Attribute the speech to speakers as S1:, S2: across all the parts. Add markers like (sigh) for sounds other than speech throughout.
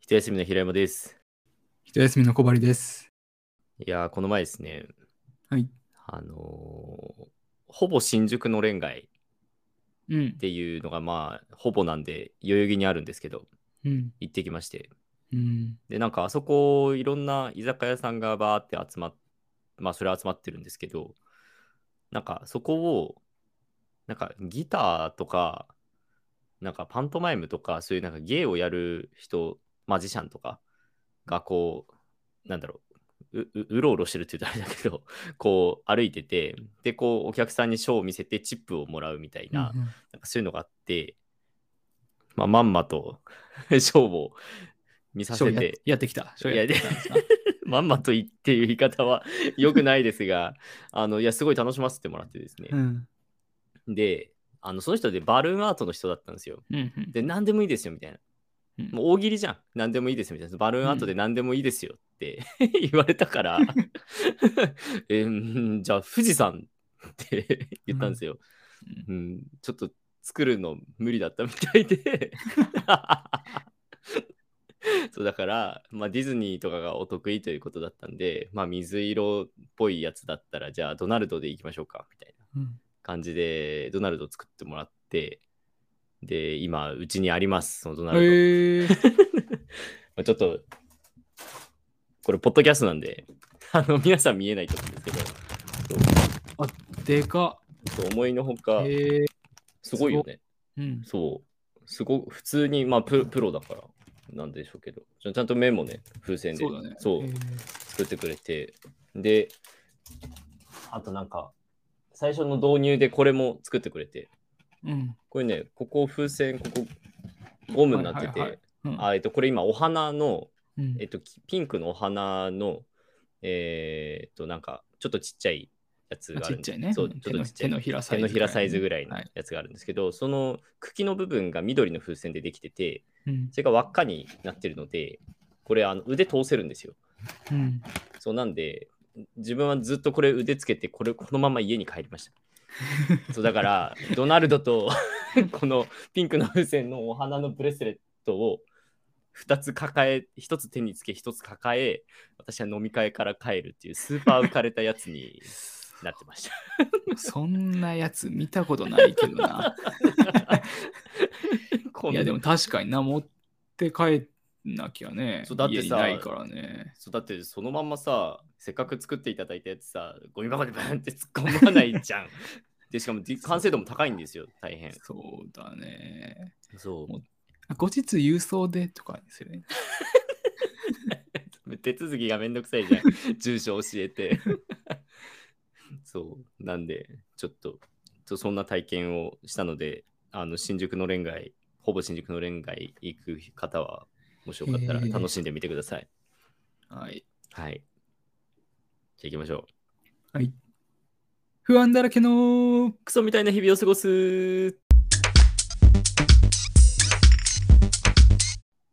S1: 一休みの平山です。
S2: 一休みの小針です。
S1: いやー、この前ですね、
S2: はい。
S1: あのーほぼ新宿の恋街
S2: うん
S1: っ。ていうのが、まあ、ほぼなんで、代々木にあるんですけど、
S2: うん。
S1: 行ってきまして。
S2: うん。
S1: で、なんか、あそこ、いろんな居酒屋さんがバーって集まっ、まあ、それ集まってるんですけど、なんか、そこを、なんか、ギターとか、なんか、パントマイムとか、そういうなんか、芸をやる人、マジシャンとかが、こう、なんだろう、う、ううろうろしてるって言うとあれだけど、 (laughs) こう、歩いてて、で、こう、お客さんにショーを見せて、チップをもらうみたいな、なんかそういうのがあって、まあ、まんまと (laughs) 勝負を見さ
S2: ショ
S1: せ
S2: ーや
S1: て、
S2: やってきた。ショーってきたんですか。
S1: (laughs) まんまと言っていう言い方は良くないですが、あのいやすごい楽しませてもらってですね。
S2: うん。
S1: であの、その人でバルーンアートの人だったんですよ。
S2: うんうん。
S1: で、何でもいいですよみたいな。
S2: うん
S1: もう大喜利じゃん。何でもいいですよみたいな。バルーンアートで何でもいいですよって (laughs) 言われたから、
S2: (laughs)
S1: えうんじゃあ富士山って (laughs) 言ったんですよ。うん、ちょっと作るの無理だったみたいで (laughs) そうだから、まあ、ディズニーとかがお得意ということだったんで、まあ、水色っぽいやつだったらじゃあドナルドでいきましょうかみたいな
S2: うん
S1: 感じでドナルド作ってもらってで今うちにありますそのドナルド、
S2: へえ。
S1: まあ、ちょっとこれポッドキャストなんで (laughs) あの皆さん見えないと思うんですけど
S2: でか
S1: そう思いのほ
S2: っ。
S1: か
S2: へえ。
S1: すごいよね
S2: うん。
S1: そう。すごく普通に、まあプ、プロだからなんでしょうけど、ちゃちゃんとメモね、風船で
S2: そうだね。
S1: そう
S2: へえ
S1: 作ってくれて、で、あとなんか、最初の導入でこれも作ってくれて、
S2: うん。
S1: これね、ここ風船、ここゴムになってて、
S2: はいはいうん
S1: あえっと、これ今、お花の、
S2: うん
S1: えっと、きピンクのお花の、えーっと、なんか、ちょっとちっちゃいやつがあ
S2: あ
S1: る
S2: ち
S1: んで
S2: っちゃいね。
S1: そう、
S2: ん
S1: ちょっとちっちゃ
S2: 手
S1: い
S2: の。ひらサ
S1: 手
S2: イズ。
S1: のひらサイズぐらいの
S2: はい。
S1: やつがあるんですけど、その茎の部分が緑の風船でできてて、
S2: うん
S1: それが輪っかになってるので、これあの腕通せるんですよ。 (laughs)
S2: うん。
S1: そうなんで、自分はずっとこれ腕つけて、これこのまま家に帰りました。そうだ
S2: (laughs)
S1: から、ドナルドと (laughs) このピンクの風船のお花のブレスレットを2つ抱え、1つ手につけ、1つ抱え、私は飲み会から帰るっていうスーパー浮かれたやつになってました。
S2: (laughs) そんなやつ見たことないけどな。
S1: こん
S2: い
S1: な
S2: やでも確かにな持って帰んなきゃね。
S1: そうだってさ
S2: 家にないからね。
S1: そうだってそのまんまさせっかく作っていただいたやつさゴミ箱でバーンって突っ込まない
S2: (laughs)
S1: じゃんでしかも D- 完成度も高いんですよ大変
S2: そうだね。
S1: そ
S2: もあ後日郵送でとかですよね。
S1: う手続きがめんどくさいじゃん住所教えてそうなんでちょっとちょそんな体験をしたのであの新宿の恋街ほぼ新宿の恋街行く方はもしよかったら
S2: へえ
S1: 楽しんでみてください
S2: はい。
S1: はいじゃあ行きましょう
S2: 不安だらけの
S1: クソみたいな日々を過ごす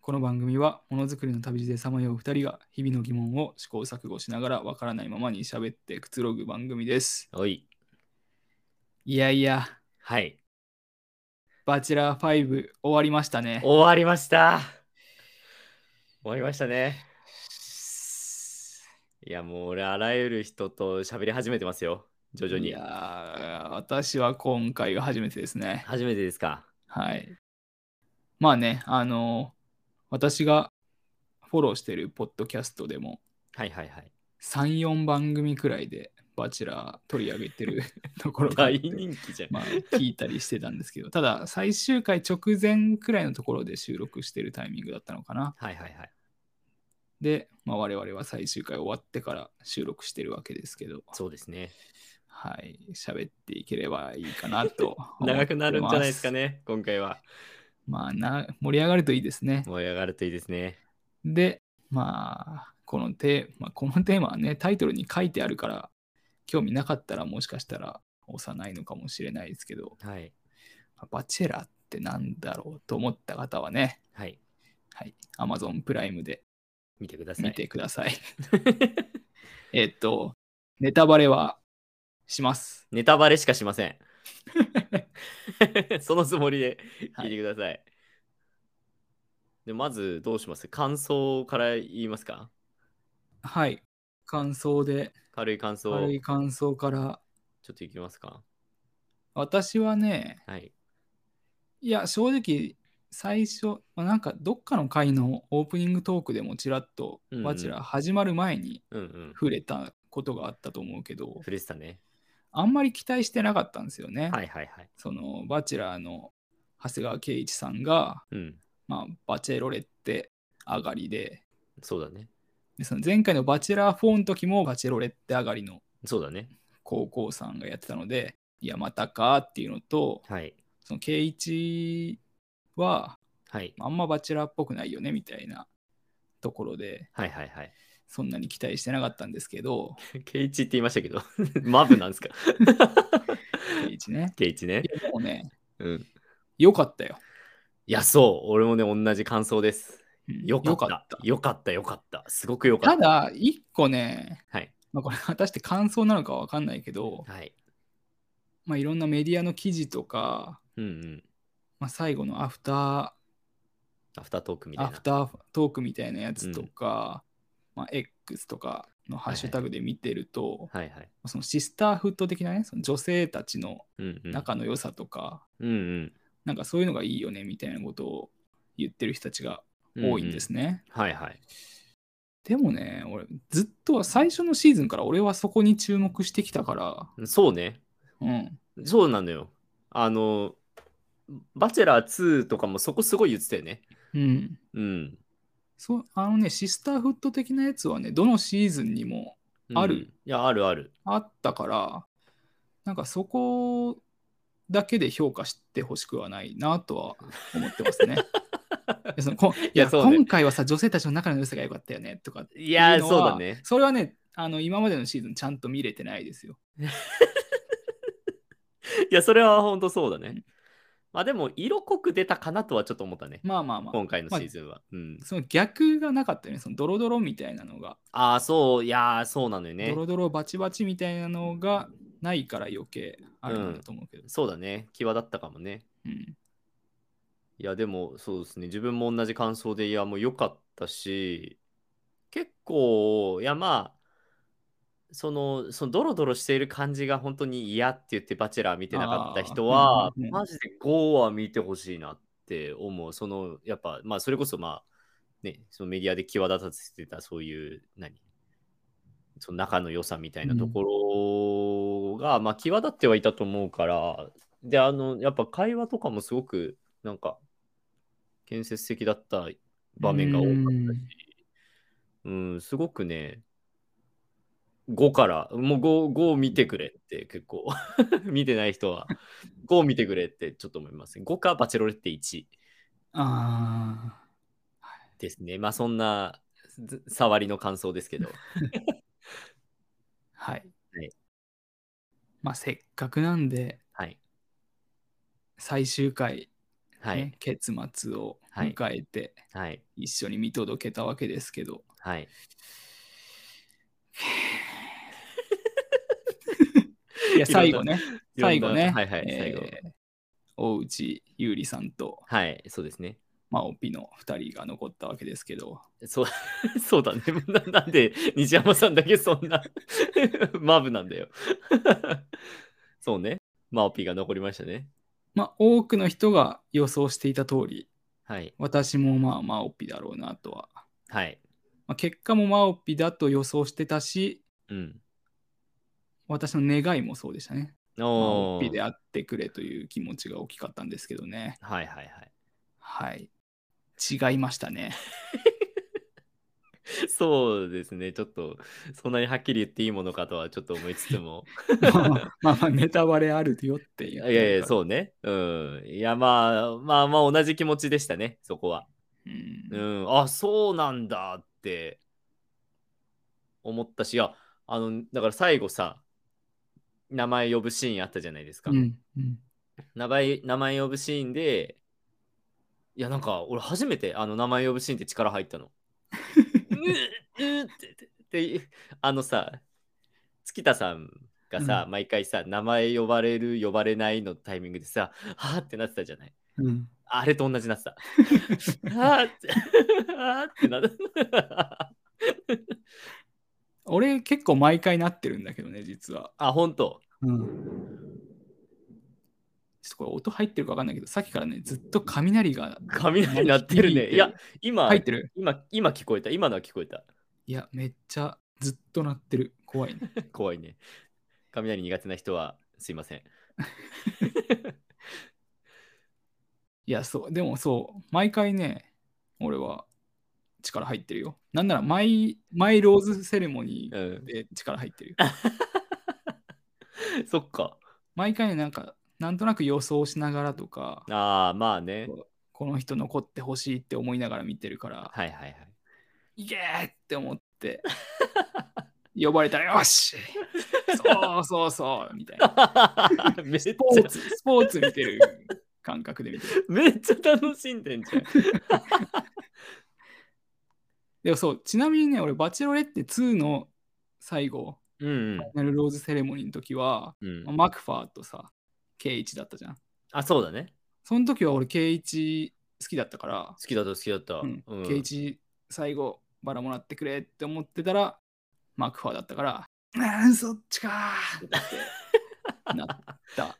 S2: この番組はものづくりの旅路でさまよう2人が日々の疑問を試行錯誤しながらわからないままに喋ってくつろぐ番組です。
S1: おい
S2: いやいや、
S1: はい
S2: バチェラー5終わりましたね。
S1: 終わりました終わりましたねいやもう俺あらゆる人と喋り始めてますよ徐々
S2: い
S1: に
S2: やー私は今回が初めてですね。
S1: 初めてですか
S2: はい。まあね、あの私がフォローしてるポッドキャストでも
S1: はいはいはい
S2: 3、4番組くらいでバチェラー取り上げてる (laughs) ところがあっ
S1: 大
S2: て
S1: 人気じゃん、
S2: まあ、聞いたりしてたんですけど、ただ最終回直前くらいのところで収録してるタイミングだったのかな。
S1: はいはいはい
S2: で、まあ、我々は最終回終わってから収録してるわけですけど、
S1: そうですね
S2: はい、喋っていければいいかなと
S1: 長くなるんじゃないですか
S2: ね。
S1: ね今回は
S2: まあな、盛り上がるといいですね。
S1: 盛り上がるといいですね
S2: で、まあ、このテーマ、このテーマはね、タイトルに書いてあるから、興味なかったらもしかしたら押さないのかもしれないですけど、
S1: はい
S2: バチェラーってなんだろうと思った方はね、
S1: はい
S2: はい、Amazon プライムで
S1: 見てください
S2: 見てください。 (laughs) えっと、ネタバレはします。
S1: ネタバレしかしませんそのつもりで聞いてください、でまずどうします感想から言いますか
S2: はい。感想で、
S1: 軽い感想
S2: 軽い感想から。
S1: ちょっといきますか
S2: 私はね、
S1: はい
S2: いや、正直、最初、まあなんかどっかの回のオープニングトークでもちらっと
S1: うんう、ん
S2: わちら始まる前に
S1: うんうん
S2: 触れたことがあったと思うけど、
S1: フレスタね
S2: あんまり期待してなかったんですよね。
S1: はいはいはい
S2: そのバチェラーの長谷川圭一さんが、
S1: うん
S2: まあ、バチェロレッテ上がりで
S1: そうだね
S2: でその前回のバチェラー4の時もバチェロレッテ上がりの
S1: そうだね
S2: 高校さんがやってたのでいやまたかっていうのと
S1: はい
S2: その圭一は
S1: はい
S2: あんまバチェラーっぽくないよねみたいなところで
S1: はいはいはい
S2: そんなに期待してなかったんですけど
S1: ケイチって言いましたけど (laughs) マブなんですか
S2: 圭一ね
S1: ケイチね
S2: いやでもね
S1: うん
S2: よかったよ、
S1: いやそう俺もね同じ感想です
S2: うん
S1: よかっ
S2: よ
S1: たよかったよかったすごくよか
S2: た
S1: った
S2: だ一個ね、
S1: はい
S2: まあ、これ果たして感想なのかわかんないけど、
S1: はい
S2: まあ、いろんなメディアの記事とか、
S1: うんうん
S2: まあ、最後のアフタ
S1: アフタートークみ
S2: ー
S1: たい
S2: ア
S1: な
S2: フタートークみたいなやつとか、まあ、X とかのハッシュタグで見てると、
S1: はいはい
S2: そのシスターフット的なねその女性たちの
S1: うんうん
S2: 仲の良さとか、
S1: うんうん
S2: なんかそういうのがいいよねみたいなことを言ってる人たちが多いんです
S1: ね、
S2: ね、
S1: はいはい
S2: でもね俺ずっと最初のシーズンから俺はそこに注目してきたから
S1: そうね
S2: うん
S1: そうなのよあのバチェラー2とかもそこすごい言ってたよね
S2: うん
S1: うん
S2: そうあのねシスターフット的なやつはねどのシーズンにも
S1: うん
S2: ある
S1: いやあるある
S2: あったから、なんかそこだけで評価してほしくはないなとは思ってます
S1: (laughs)
S2: ね。いやそのこい
S1: いや
S2: や
S1: そうね
S2: 今回はさ、女性たちの仲の良さが良かったよねとかって
S1: い
S2: い
S1: や
S2: のは
S1: そうだね
S2: それはね、あの今までのシーズンちゃんと見れてないですよ。
S1: いやそれは本当そうだね、
S2: うん
S1: まあでも色濃く出たかなとはちょっと思ったね
S2: まあまあまあ、
S1: 今回のシーズンは、うん
S2: その逆がなかったよね、そのドロドロみたいなのが、
S1: ああそういやーそうなのよね
S2: ドロドロバチバチみたいなのがないから余計あるんだと思うけど。
S1: そうだね際立ったかもね
S2: うん
S1: いやでもそうですね自分も同じ感想でいやもう良かったし結構いやまあそのそのドロドロしている感じが本当に嫌って言ってバチェラー見てなかった人
S2: あ
S1: は
S2: ーうんうんうん
S1: マジで5は見てほしいなって思うそのやっぱまあそれこそまあねそのメディアで際立たせてたそういう何その仲の良さみたいなところが、まあ際立ってはいたと思うからであのやっぱ会話とかもすごくなんか建設的だった場面が多かったし、うん、すごくね、5から、もう 5, 5見てくれって結構、 (laughs) 見てない人は、5見てくれってちょっと思いますね。5かバチェロレッテ1
S2: あ
S1: ですね。まあそんなず触りの感想ですけど。
S2: あ、はい。
S1: はい
S2: まあ、せっかくなんで、
S1: はい。
S2: 最終回、ね
S1: はい。
S2: 結末を迎えて
S1: はい。
S2: 一緒に見届けたわけですけ
S1: (laughs)
S2: ど、
S1: はい。
S2: い、や最後ね
S1: いろんな
S2: 最後ね
S1: はいはい
S2: えー
S1: 最後
S2: 大内優里さんと、
S1: はい。そうですね。
S2: まあ、オピの2人が残ったわけですけど
S1: そう (laughs) そうだねな。 (laughs) なんで西山さんだけそんな (laughs) マブなんだよ。 (laughs) そうね。マオピーが残りましたね。
S2: まあ多くの人が予想していた通り
S1: はい。
S2: 私もまあまあオピだろうなとは、
S1: はい。
S2: まあ、結果もまあオピだと予想してたし
S1: うん。
S2: 私の願いもそうでしたね。まあオ
S1: お
S2: ピ
S1: ー
S2: であってくれという気持ちが大きかったんですけどね。
S1: はいはいはい。 (laughs)
S2: はい。違いましたね。 (laughs)
S1: そうですね。ちょっと、そんなにはっきり言っていいものかとはちょっと思いつつ
S2: (laughs)
S1: も。
S2: まあまあまあネタバレあるよっていう。
S1: いやいや、
S2: う。
S1: そうね。うん。いや、まあ、まあまあ、同じ気持ちでしたね、そこは。
S2: うん
S1: うん。あ、そうなんだって思ったし、いや、あの、だから最後さ、名前呼ぶシーンあったじゃないですか。
S2: うんうん
S1: 名前名前呼ぶシーンで、いや、なんか俺初めてあの名前呼ぶシーンって力入
S2: (laughs)
S1: ったの。うううってってってあのさ、月田さんがさ、
S2: う
S1: 毎回さ、名前呼ばれる、呼ばれないのタイミングでさ、はあってなってたじゃない。
S2: うん
S1: あれと同じなって
S2: (laughs)
S1: た。あーって、あーってなる。
S2: 俺結構毎回なってるんだけどね、実は。
S1: (laughs) あ、ほんと。
S2: ちょっとこれ音入ってるか分かんないけど、さっきからね、ずっと雷が
S1: 雷 (laughs) 鳴ってるね。いや、、今
S2: 入っ、てる。
S1: 今、今聞こえた。今のは聞こえた。
S2: いや、めっちゃずっと鳴ってる。怖いね。
S1: 怖いね。雷苦手な人はすいません。
S2: いや、そう、でもそう、毎回ね、俺は力入ってるよ。なんならマイ、マイローズセレモニ
S1: う
S2: ー
S1: ん。
S2: で力入ってるよ。
S1: そっか。
S2: 毎回ね、なんか、なんとなく予想しながらとか、
S1: ああ、まあね。
S2: この人残ってほしいって思いながら見てるから、
S1: はいはいはい。
S2: いけーって思
S1: (laughs)
S2: って、呼ばれたらよしそうそうそうみたいな。
S1: (laughs) めっち
S2: スポーツ、スポーツ見てる感覚で見てる。
S1: ゃ、めっちゃ楽しんでんじゃん。
S2: でもそう、ちなみにね、俺、バチェロレッテ2の最後、
S1: うん
S2: ファイナルローズセレモニーの時は、
S1: うん。う
S2: ま (laughs) あ
S1: ん。
S2: マクファーとさ、ケイイチだったじゃん。
S1: あ、そうだね。
S2: その時は俺、ケイイチ好きだったから
S1: 好、きだった、好きだった。
S2: うん
S1: うん
S2: ケイイチ最後、バラもらってくれって思ってたら、マクファーだったから、うん、そっちかーってなった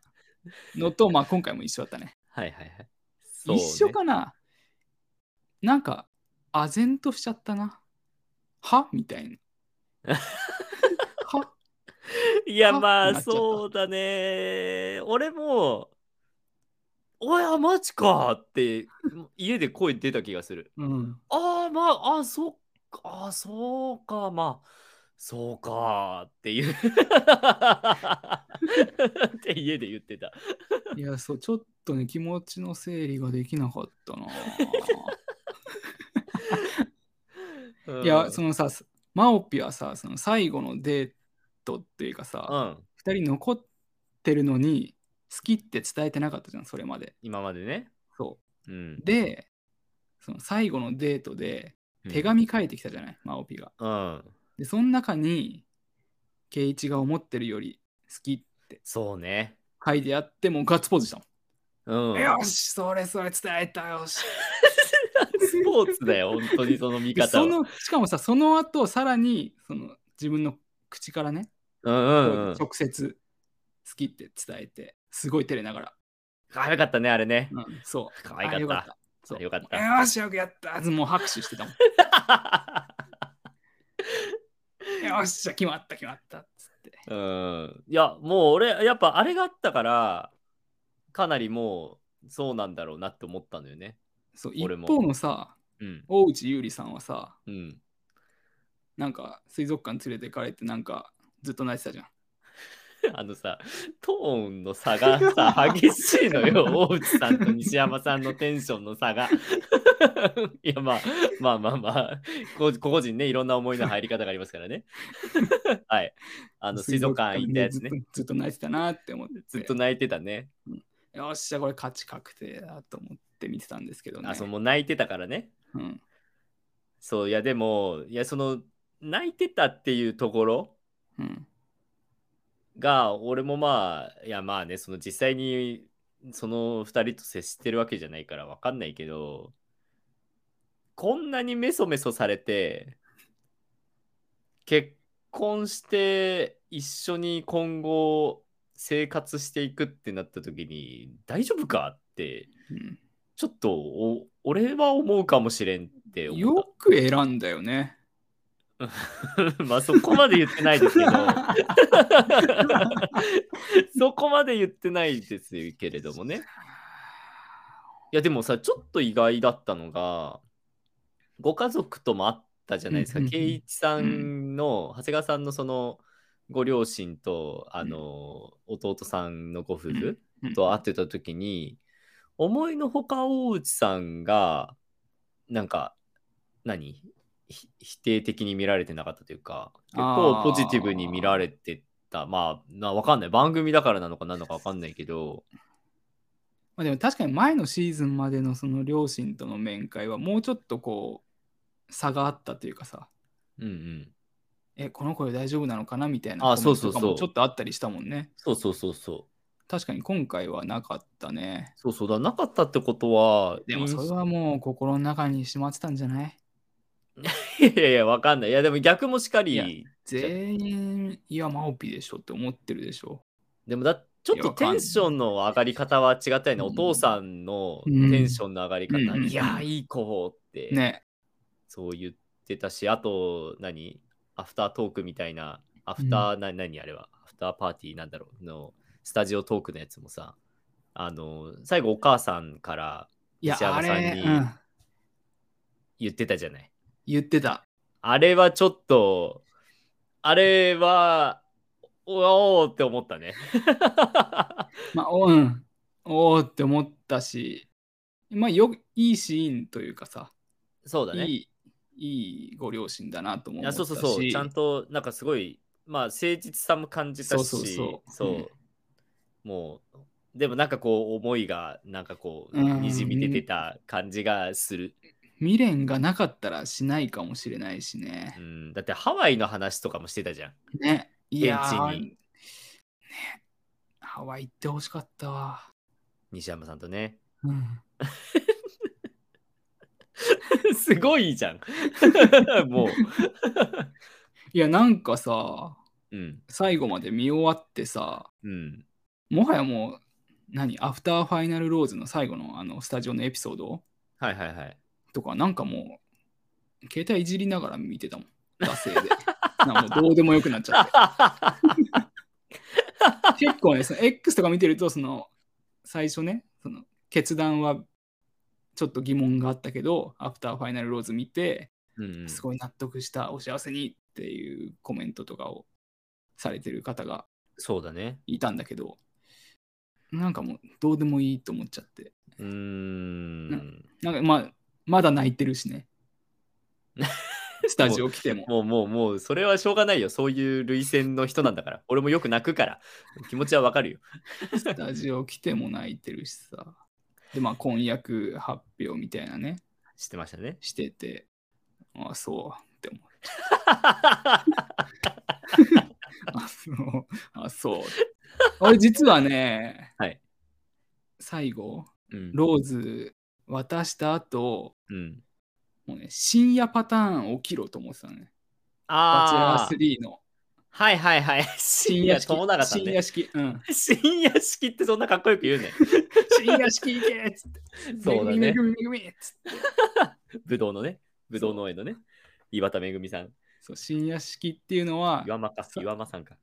S2: の
S1: (laughs)
S2: と、まあ今回も一緒だったね。
S1: はいはいはい。そうね
S2: 一緒かななんか、唖然としちゃったな。はみたいな。
S1: (laughs)
S2: はい
S1: や、
S2: あ
S1: まあ、
S2: ってなっちゃった
S1: そうだね。俺も、おや、マジかって、家で声出た気がする。
S2: うん。
S1: ああ、まあ、あそっか、あそうか、まあ、そうかっていう。 (laughs) って家で言ってた。
S2: いや、そう、ちょっとね、気持ちの整理ができなかった
S1: (laughs)
S2: な。
S1: うん
S2: いや、そのさ、マオピはさ、その最後のデートっていうか
S1: う
S2: さ、
S1: ん、
S2: 二、人残ってるのに、好きって伝えてなかったじゃん、それまで。
S1: 今までね。
S2: そ
S1: うん
S2: う。、で、その最後のデートで、
S1: うん
S2: 手。紙書いてきたじゃない、マオピが。
S1: うん、
S2: で、その中に、ケイイチが思ってるより好きって
S1: そうね。
S2: 書いてあって、もうガッツポーズしたも
S1: うん
S2: ん。。よし、それそれ伝えたよし。
S1: (laughs) スポーツだよ、本当にその見
S2: で
S1: 方
S2: そ
S1: は。
S2: のしかもさその後さらにその自分の口からね、
S1: うんうん、うん。
S2: 直接好きって伝えてすごい照れながら、
S1: かわいかったね、あれね。
S2: うん、そう
S1: 可愛かった
S2: あよかったそう
S1: よかった
S2: よしよくやったもう拍手してたもんよっしゃ決まった決まったっつって
S1: (laughs) うんいやもう俺やっぱあれがあったからかなりもうそうなんだろうなって思ったのよね。
S2: そう一
S1: 俺も
S2: 方のさ
S1: うん
S2: 大内優里さんはさ
S1: うん、
S2: なんか水族館連れてかれてなんかずっと泣いてたじゃん
S1: あのさトーンの差がさ激しいのよ (laughs) 大内さんと西山さんのテンションの差が。いやまあまあまあまあこ個々人ねいろんな思いの入り方がありますからね。はいあの水族館行ったやつね
S2: 水族館でずっとずっと泣いてたなって思って
S1: ずっと泣いてたね。
S2: よっしゃこれ勝ち確定だと思って見てたんですけどね
S1: あそうもう泣いてたからね。
S2: うん
S1: そういやでもいやその泣いてたっていうところ
S2: うん
S1: が俺もまあいやまあねその実際にその2人と接してるわけじゃないからわかんないけどこんなにメソメソされて結婚して一緒に今後生活していくってなった時に大丈夫かって
S2: うん
S1: ちょっとお俺は思うかもしれんって思った
S2: よく選んだよね。
S1: (laughs) まあそこまで言ってないですけど (laughs) そこまで言ってないですけれどもねいやでもさちょっと意外だったのがご家族ともあったじゃないですか
S2: うんうんうん
S1: 圭一さんの長谷川さんのそのご両親とあの弟さんのご夫婦
S2: うん
S1: と会ってた時に思いのほか大内さんがなんか何ひ否定的に見られてなかったというか結構
S2: あー
S1: ポジティブに見られてたまあなわかんない番組だからなのか何なのかわかんないけど
S2: まあ、でも確かに前のシーズンまでのその両親との面会はもうちょっとこう差があったというかさ、
S1: うんうん
S2: え、この子で大丈夫なのかなみたいな
S1: あ
S2: コメントと
S1: そう
S2: か
S1: そうそう
S2: もちょっとあったりしたもんね。
S1: そうそうそうそう
S2: 確かに今回はなかったね。
S1: そうそうだ、なかったってことは、
S2: でも
S1: イン
S2: それはもう心の中にしまってたんじゃない
S1: (laughs) いやいや、わかんない。いや、でも逆もしか
S2: いや
S1: り、
S2: 全員、いや、マオピでしょって思ってるでしょ。
S1: でもだ、ちょっ
S2: いや
S1: と
S2: わか
S1: テ
S2: んない
S1: ンションの上がり方は違ったよね。
S2: うん
S1: お父さんのテ
S2: うん
S1: ンションの上がり方、
S2: うん
S1: いやー、いい子って、
S2: ね。
S1: そう言ってたし、あと、何アフタートークみたいな、アフター、な何あれは、アフターパーティーなんだろう、のスタジオトークのやつもさ、あの、最後お母さんから
S2: いや、
S1: 西
S2: あ
S1: 山さんに
S2: れ、うん、
S1: 言ってたじゃない。
S2: 言ってた。
S1: あれはちょっと、あれは、おおーって思った
S2: (laughs)
S1: ね。
S2: まあ、おうん、おおって思ったし、まあ、よいいシーンというかさ、
S1: そうだね。い
S2: いい、いいご両親だなとも思っ
S1: や
S2: たし。
S1: そうそうそう。ちゃんと、なんかすごい、まあ、誠実さも感じたし、
S2: そうそうそううん
S1: もう、でもなんかこう、思いが、なんかこう、
S2: うん
S1: にじみ出てた感じがする。
S2: 未練がなかったらしないかもしれないしね
S1: う。ん、だって、ハワイの話とかもしてたじゃん。
S2: ね。いやー
S1: 現地に
S2: ね。ハワイ行ってほしかったわ。
S1: 西山さんと
S2: (laughs)
S1: ね。
S2: うん、
S1: すごいじ
S2: (laughs)
S1: ゃん。も
S2: いや、なんかさ、
S1: う。うん。
S2: 最後まで見終わってさ、
S1: うん。
S2: もはやもう、何、アフターファイナルローズの最後のあのスタジオのエピソード
S1: はいはいはい。
S2: とか、なんかもう、携帯いじりながら見てたもん。惰性 (laughs) で。なんかもうどうでもよくなっちゃって。 (laughs) 結構ね、その X とか見てると、その、最初ね、その、決断は、ちょっと疑問があったけど、アフターファイナルローズ見て、
S1: うんうん
S2: すごい納得した、お幸せにっていうコメントとかをされてる方が
S1: そうだね。
S2: いたんだけど、なんかもう、どうでもいいと思っちゃって。
S1: うーん。
S2: なんか、まあ、まだ泣いてるしね。スタジオ来ても。
S1: もうもうも (laughs) う、それはしょうがないよ。そういう類線の人なんだ
S2: (laughs)
S1: から。俺もよく泣くから。気持ちはわかるよ。
S2: スタジオ来ても泣いてるしさ。で、まあ、婚約発表みたいなね。。
S1: 知ってましたね
S2: (laughs) してて、あそう (laughs) って思う。あそう。あそう。俺実はね、
S1: はい
S2: 最後、
S1: うん。
S2: ローズ渡した後、
S1: うん、
S2: もうね、深夜パターン起きろと思ってたのね。バチェラ
S1: ああ
S2: ー。3の
S1: はいはいはい。深夜
S2: 式。
S1: 友永さん
S2: 深
S1: ね
S2: 夜。式。
S1: (laughs)
S2: うん。
S1: 深夜式ってそんなかっこよく言うね。
S2: 深夜式行けっつって。
S1: そうだ
S2: め
S1: ね
S2: ぐ。みめぐみめぐみっつって。
S1: ぶどうのね。ぶどう農園のね。岩田めぐみさん。
S2: そう、深夜式っていうのは、
S1: 岩間か。
S2: そう
S1: 岩間さんか。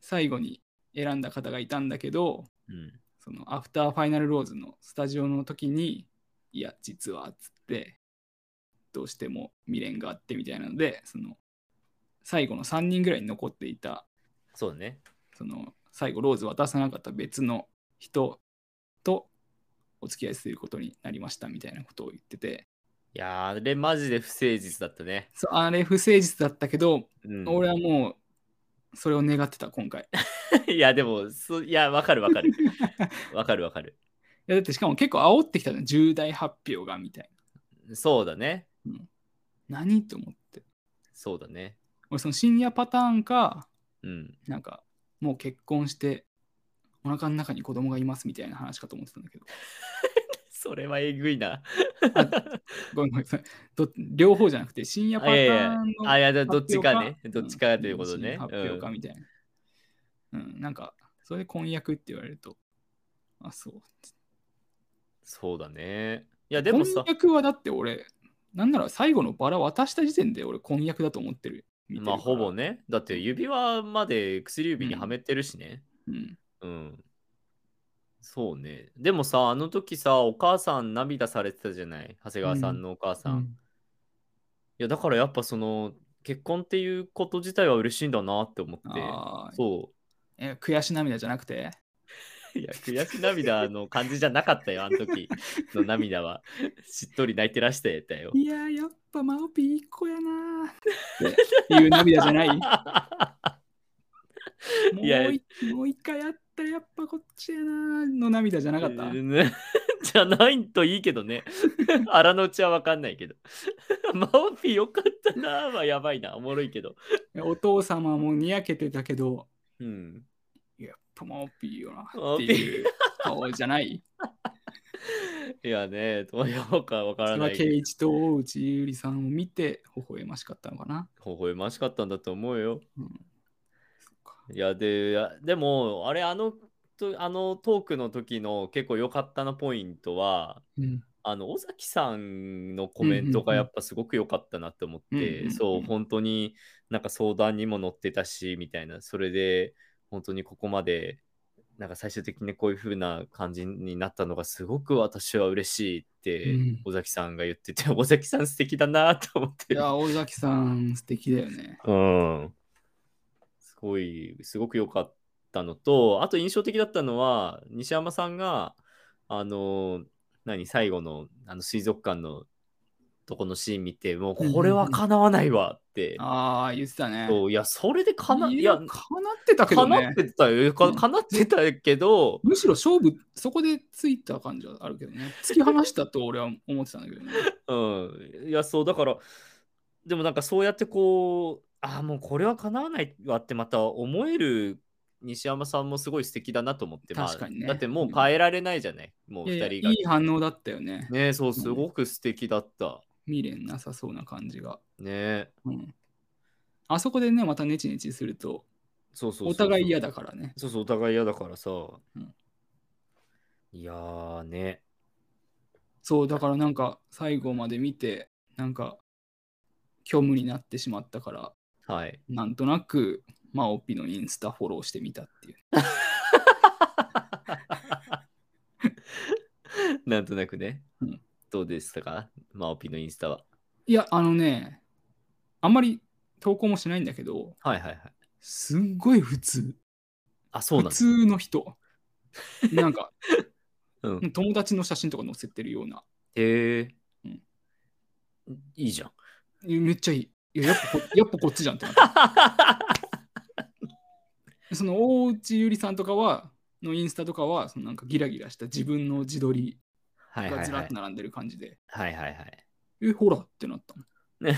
S2: 最後に選んだ方がいたんだけど、
S1: うん。
S2: そのアフターファイナルローズのスタジオの時に、いや、実はっつって、どうしても未練があってみたいなので、その最後の3人ぐらいに残っていた、
S1: そうだね。
S2: その最後ローズ渡さなかった別の人とお付き合いすることになりましたみたいなことを言ってて、
S1: いやー、あれマジで不誠実だったね。
S2: そうあれ不誠実だったけど、
S1: うん、
S2: 俺はもうそれを願ってた、今回。
S1: (laughs)
S2: い
S1: いや、でも、そいや、わかるわかる。わかるわかる。
S2: やだってしかも結構煽ってきたの、重大発表がみたい
S1: そうだね。
S2: な。何と思って。
S1: そうだね。
S2: 俺その深夜パターンか、
S1: うん。
S2: なんかもう結婚してお腹の中に子供がいますみたいな話かと思ってたんだけど
S1: (laughs) それはえぐいな。
S2: ごめんごめんそれど両方じゃなくて深夜パタ
S1: あいやい
S2: ー
S1: や
S2: ンの
S1: あ、いや、だどっちかね。
S2: 発表
S1: どっちかということね。
S2: 発
S1: う
S2: 表
S1: ん
S2: かみたいな、うんなんかそれで婚約って言われるとあそう
S1: そうだね。いや、でもさ
S2: 婚、約はだって俺なんなら最後のバラ渡した時点で俺婚約だと思ってる見てる
S1: まあ、ほぼ
S2: ね、
S1: ね。だって、指輪まで薬指にはめてるしね。
S2: うん、
S1: うん。そうね。でもさ、あの時さ、お母さん涙されてたじゃない。長谷川さんのお母さん。いや、だからやっぱその、結婚っていうこと自体は嬉しいんだなって思って。
S2: あー
S1: そう。
S2: え悔し涙じゃなくて
S1: いや、悔し涙の感じじゃなかったよ、あの時の涙は。しっとり泣いてらしてたよ。
S2: いやーやっぱマオピーいい子や
S1: (laughs)
S2: なーっていう涙じゃないもう
S1: いや
S2: いもう一回やったやっぱこっちやなーの涙じゃなかった、
S1: ね (laughs) じゃないといいけどね。 (laughs) 腹の内はわかんないけど。 (laughs) マオピよかったなーはやばいな、おもろいけど。
S2: お父様もにやけてたけど
S1: うん。
S2: やっトマオピーよなっていう顔じ
S1: (laughs)
S2: ゃない。
S1: いやね、どうやろうかわか
S2: そ
S1: ら
S2: れ
S1: な。
S2: はい圭
S1: 微
S2: 一と大内ゆりさんを見て微笑ましかったのかな。
S1: 笑ましかったんだと思うよ。
S2: そっか
S1: いや、で、いやでも、あれ、あの、とあのトークの時の結構良かったなポイントは、
S2: うん
S1: あの尾崎さんのコメント
S2: うんうんう
S1: が
S2: ん
S1: やっぱすごく良かったなって思っ
S2: うんうんう
S1: て、
S2: ん
S1: そう、本当になんか相談にも乗ってたし、みたいな、それで本当にここまで、なんか最終的にこういう風な感じになったのがすごく私は嬉しいって
S2: うん
S1: 尾崎さんが言ってて、尾崎さん素敵だなと思っ
S2: い
S1: て。
S2: や、尾崎さん素敵だよね。
S1: うん。すごい、すごく良かったのと、あと印象的だったのは、西山さんが、あの、何、最後のあの水族館のとこのシーン見て、もうこれは叶わないわって。
S2: ああ、言ってたね。
S1: そういや、それで叶、い
S2: い
S1: や
S2: や、、かなってたけど
S1: 叶
S2: ね
S1: っ。てたよ。か
S2: うん
S1: 叶ってたけど、
S2: むしろ勝負、そこでついた感じはあるけどね。突き放したと俺は思ってたんだけど
S1: (laughs)
S2: ね。
S1: うん。いや、そう、だから、でもなんかそうやってこう、ああ、もうこれは叶わないわってまた思える西山さんもすごい素敵だなと思って、まあ
S2: 確かにね
S1: だってもう変えられないじゃない、もう
S2: い
S1: 二
S2: やい
S1: 人
S2: や
S1: が。
S2: いい反応だったよね。
S1: ねそう、すごく素敵だった。
S2: 未練なさそうな感じが。
S1: ね
S2: うん、あそこでね、またネチネチすると、
S1: そうそうそうそう。
S2: お互い嫌だからね。
S1: そうそう、お互い嫌だからさ。
S2: ん
S1: いやーね。
S2: そう、だからなんか、最後まで見て、なんか、虚無になってしまったから、 (laughs)
S1: はい。
S2: なんとなく、まあ、オッピのインスタフォローしてみたっていう。
S1: なんとなくね。
S2: うん
S1: どうでしたかマオピのインスタは。
S2: いや、あのね、あんまり投稿もしないんだけど、
S1: はいはいはい。
S2: すんごい普通。
S1: あ、そう
S2: 普
S1: なんだ。
S2: 通の人。なんか、 (laughs)
S1: うん、
S2: 友達の写真とか載せてるような。
S1: へえ、
S2: うん
S1: いい (laughs) じゃん。
S2: えめっちゃいい。いや、やっぱこ (laughs) やっぱこっちじゃんってなった。その大内ゆりさんとかは、のインスタとかは、そのなんかギラギラした自分の自撮り
S1: はいは
S2: が
S1: い
S2: ず
S1: は
S2: ら
S1: い
S2: っと。並んでる感じで、
S1: はいはいはい。
S2: え、ほらってなったもん。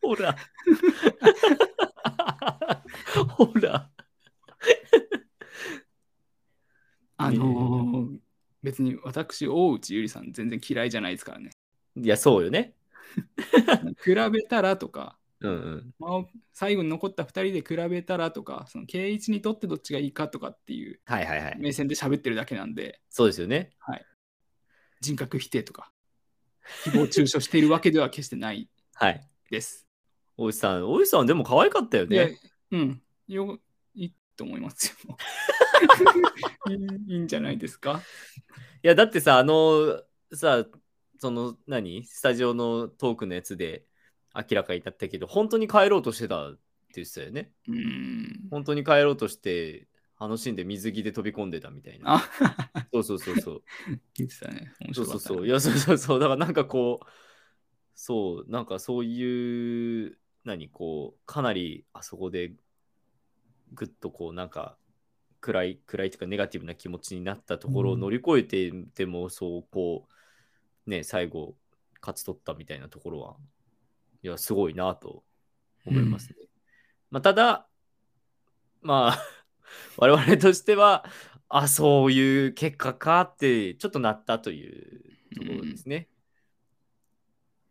S1: ほ (laughs) ら。ほら。
S2: あのー別に私、大内ゆりさん全然嫌いじゃないです
S1: (laughs)
S2: からね。
S1: いや、そうよね。
S2: 比べたらとか、
S1: うんうん。
S2: まあ、最後に残った2人で比べたらとか、その圭一にとってどっちがいいかとかっていう
S1: はいはいはい。
S2: 目線で喋ってるだけなんで、
S1: そうですよね。
S2: 人格否定とか、誹謗中傷しているわけでは決してない
S1: はい。
S2: です。
S1: おじさん、おじさん、でも可愛かったよ
S2: いや
S1: (laughs) ね。、
S2: うん、よいいと思います
S1: (laughs)
S2: よ。いいいいんじゃないですか。
S1: いや、だってさ、あの、さ、その、何スタジオのトークのやつで明らかになったけど、本当に帰ろうとしてたって言ってたよね。
S2: うーん。
S1: 本当に帰ろうとして、楽しんで水着で飛び込んでたみたいな。
S2: あ、
S1: そうそうそうそう。
S2: 言ってたね。 (laughs) 面
S1: そう
S2: 白
S1: そ
S2: か
S1: うそ
S2: ったね
S1: う。いや、そうそうそう。だからなんかこう、そう、なんかそういう、何、こう、かなりあそこで、ぐっとこう、なんか、暗い、暗いというか、ネガティブな気持ちになったところを
S2: うん
S1: 乗り越えて、でも、そう、こう、ね、最後、勝ち取ったみたいなところは、いや、すごいなと思いますね。まあ、ただ、まあ、 (laughs) 我々としては、あ、そういう結果かって、ちょっとなったというところですね。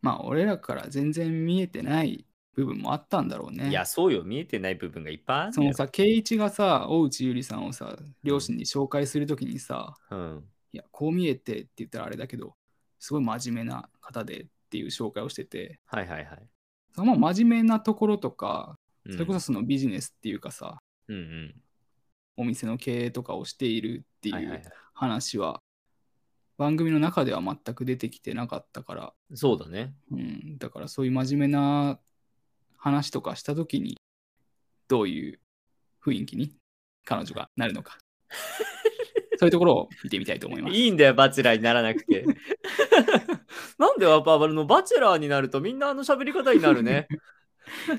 S2: まあ、俺らから全然見えてない部分もあったんだろうね。
S1: いや、そうよ、見えてない部分がいっぱいあるん
S2: そ
S1: だ
S2: の
S1: よ。
S2: さ、圭一がさ、大内ゆりさんをさ、両親に紹介するときにさ、
S1: うん、
S2: いや、こう見えてって言ったらあれだけど、すごい真面目な方でっていう紹介をしてて、
S1: はいはいはい。
S2: その真面目なところとか、
S1: うん
S2: それこそそのビジネスっていうかさ、
S1: うんうん。
S2: お店の経営とかをしているってい
S1: はいはいは
S2: う
S1: い
S2: 話は、番組の中では全く出てきてなかったから、
S1: そうだね。
S2: うん、だからそういう真面目な話とかしたときに、どういう雰囲気に彼女がなるの (laughs) か。そういうところを見てみたいと思います。
S1: いいんだよ、バチェラーにならなく
S2: (laughs)
S1: て。なんでやっぱあのバチェラーになるとみんなあの喋り方になるね。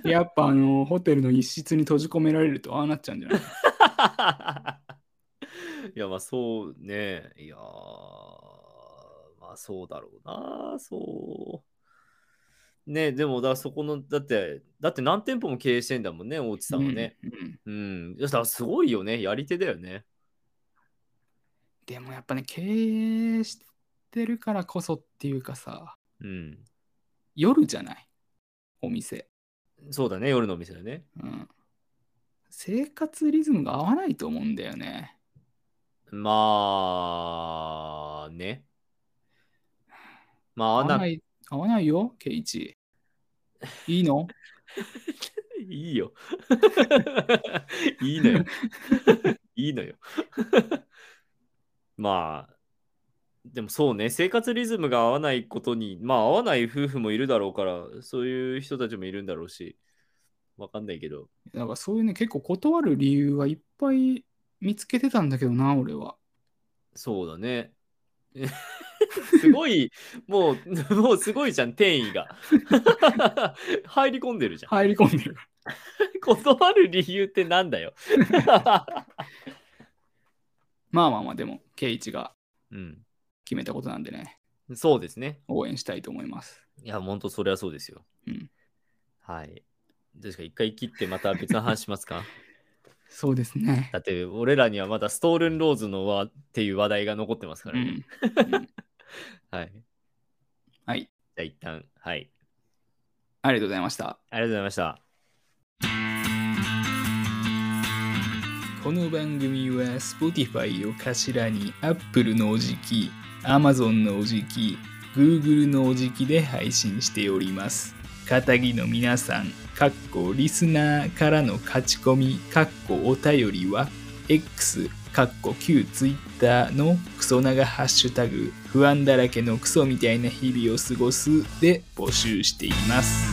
S2: やっぱあの、ホテルの一室に閉じ込められるとああなっちゃうんじゃない (laughs)
S1: (laughs) いや、まあそうね。いやー、まあそうだろうな。そう。ね、でも、だからそこの、だって、だって何店舗も経営してんだもんね、大内さんはね。
S2: う
S1: う
S2: んうん
S1: ん。だからすごいよね、やり手だよね。
S2: でもやっぱね経営してるからこそっていうかさ
S1: うん。
S2: 夜じゃないお店、
S1: そうだね、夜のお店だね。
S2: うん、生活リズムが合わないと思うんだよね
S1: まあ、ね。まあ、合わ
S2: 合
S1: な
S2: わない合わないよケイチいいの
S1: いいよ。 (laughs) いいのよ。いいのよ。まあ、でもそうね、生活リズムが合わないことに、まあ合わない夫婦もいるだろうから、そういう人たちもいるんだろうし、わかんないけど。
S2: なんかそういうね結構断る理由はいっぱい見つけてたんだけどな俺は
S1: そうだね。 (laughs) すごい、もう、もうすごいじゃん、転移が。 (laughs) 入り込んでるじゃん。
S2: 入り込んでるか
S1: 断る理由ってなんだよ。
S2: ら (laughs) まあまあまあでもケイチが
S1: うん。
S2: 決めたことなんでね
S1: そうですね。
S2: 応援したいと思います
S1: いや、本当それはそうですよ。
S2: うん
S1: はい。どうですか、一回切ってまた別の話します
S2: (laughs)
S1: か
S2: そうですね
S1: だって、俺らにはまだストールンローズの輪っていう話題が残ってますか
S2: う
S1: らね。
S2: ん、うん
S1: はい。じ
S2: はい
S1: ゃあ一旦、はい。
S2: ありがとうございました
S1: ありがとうございました。
S2: この番組は Spotify を頭に Apple のおじき、Amazon のおじき、Google のおじきで配信しております。片木の皆さん、かっこリスナーからの勝ち込み、かっこお便りは、X、かっこ旧 Twitter のクソ長ハッシュタグ、不安だらけのクソみたいな日々を過ごすで募集しています。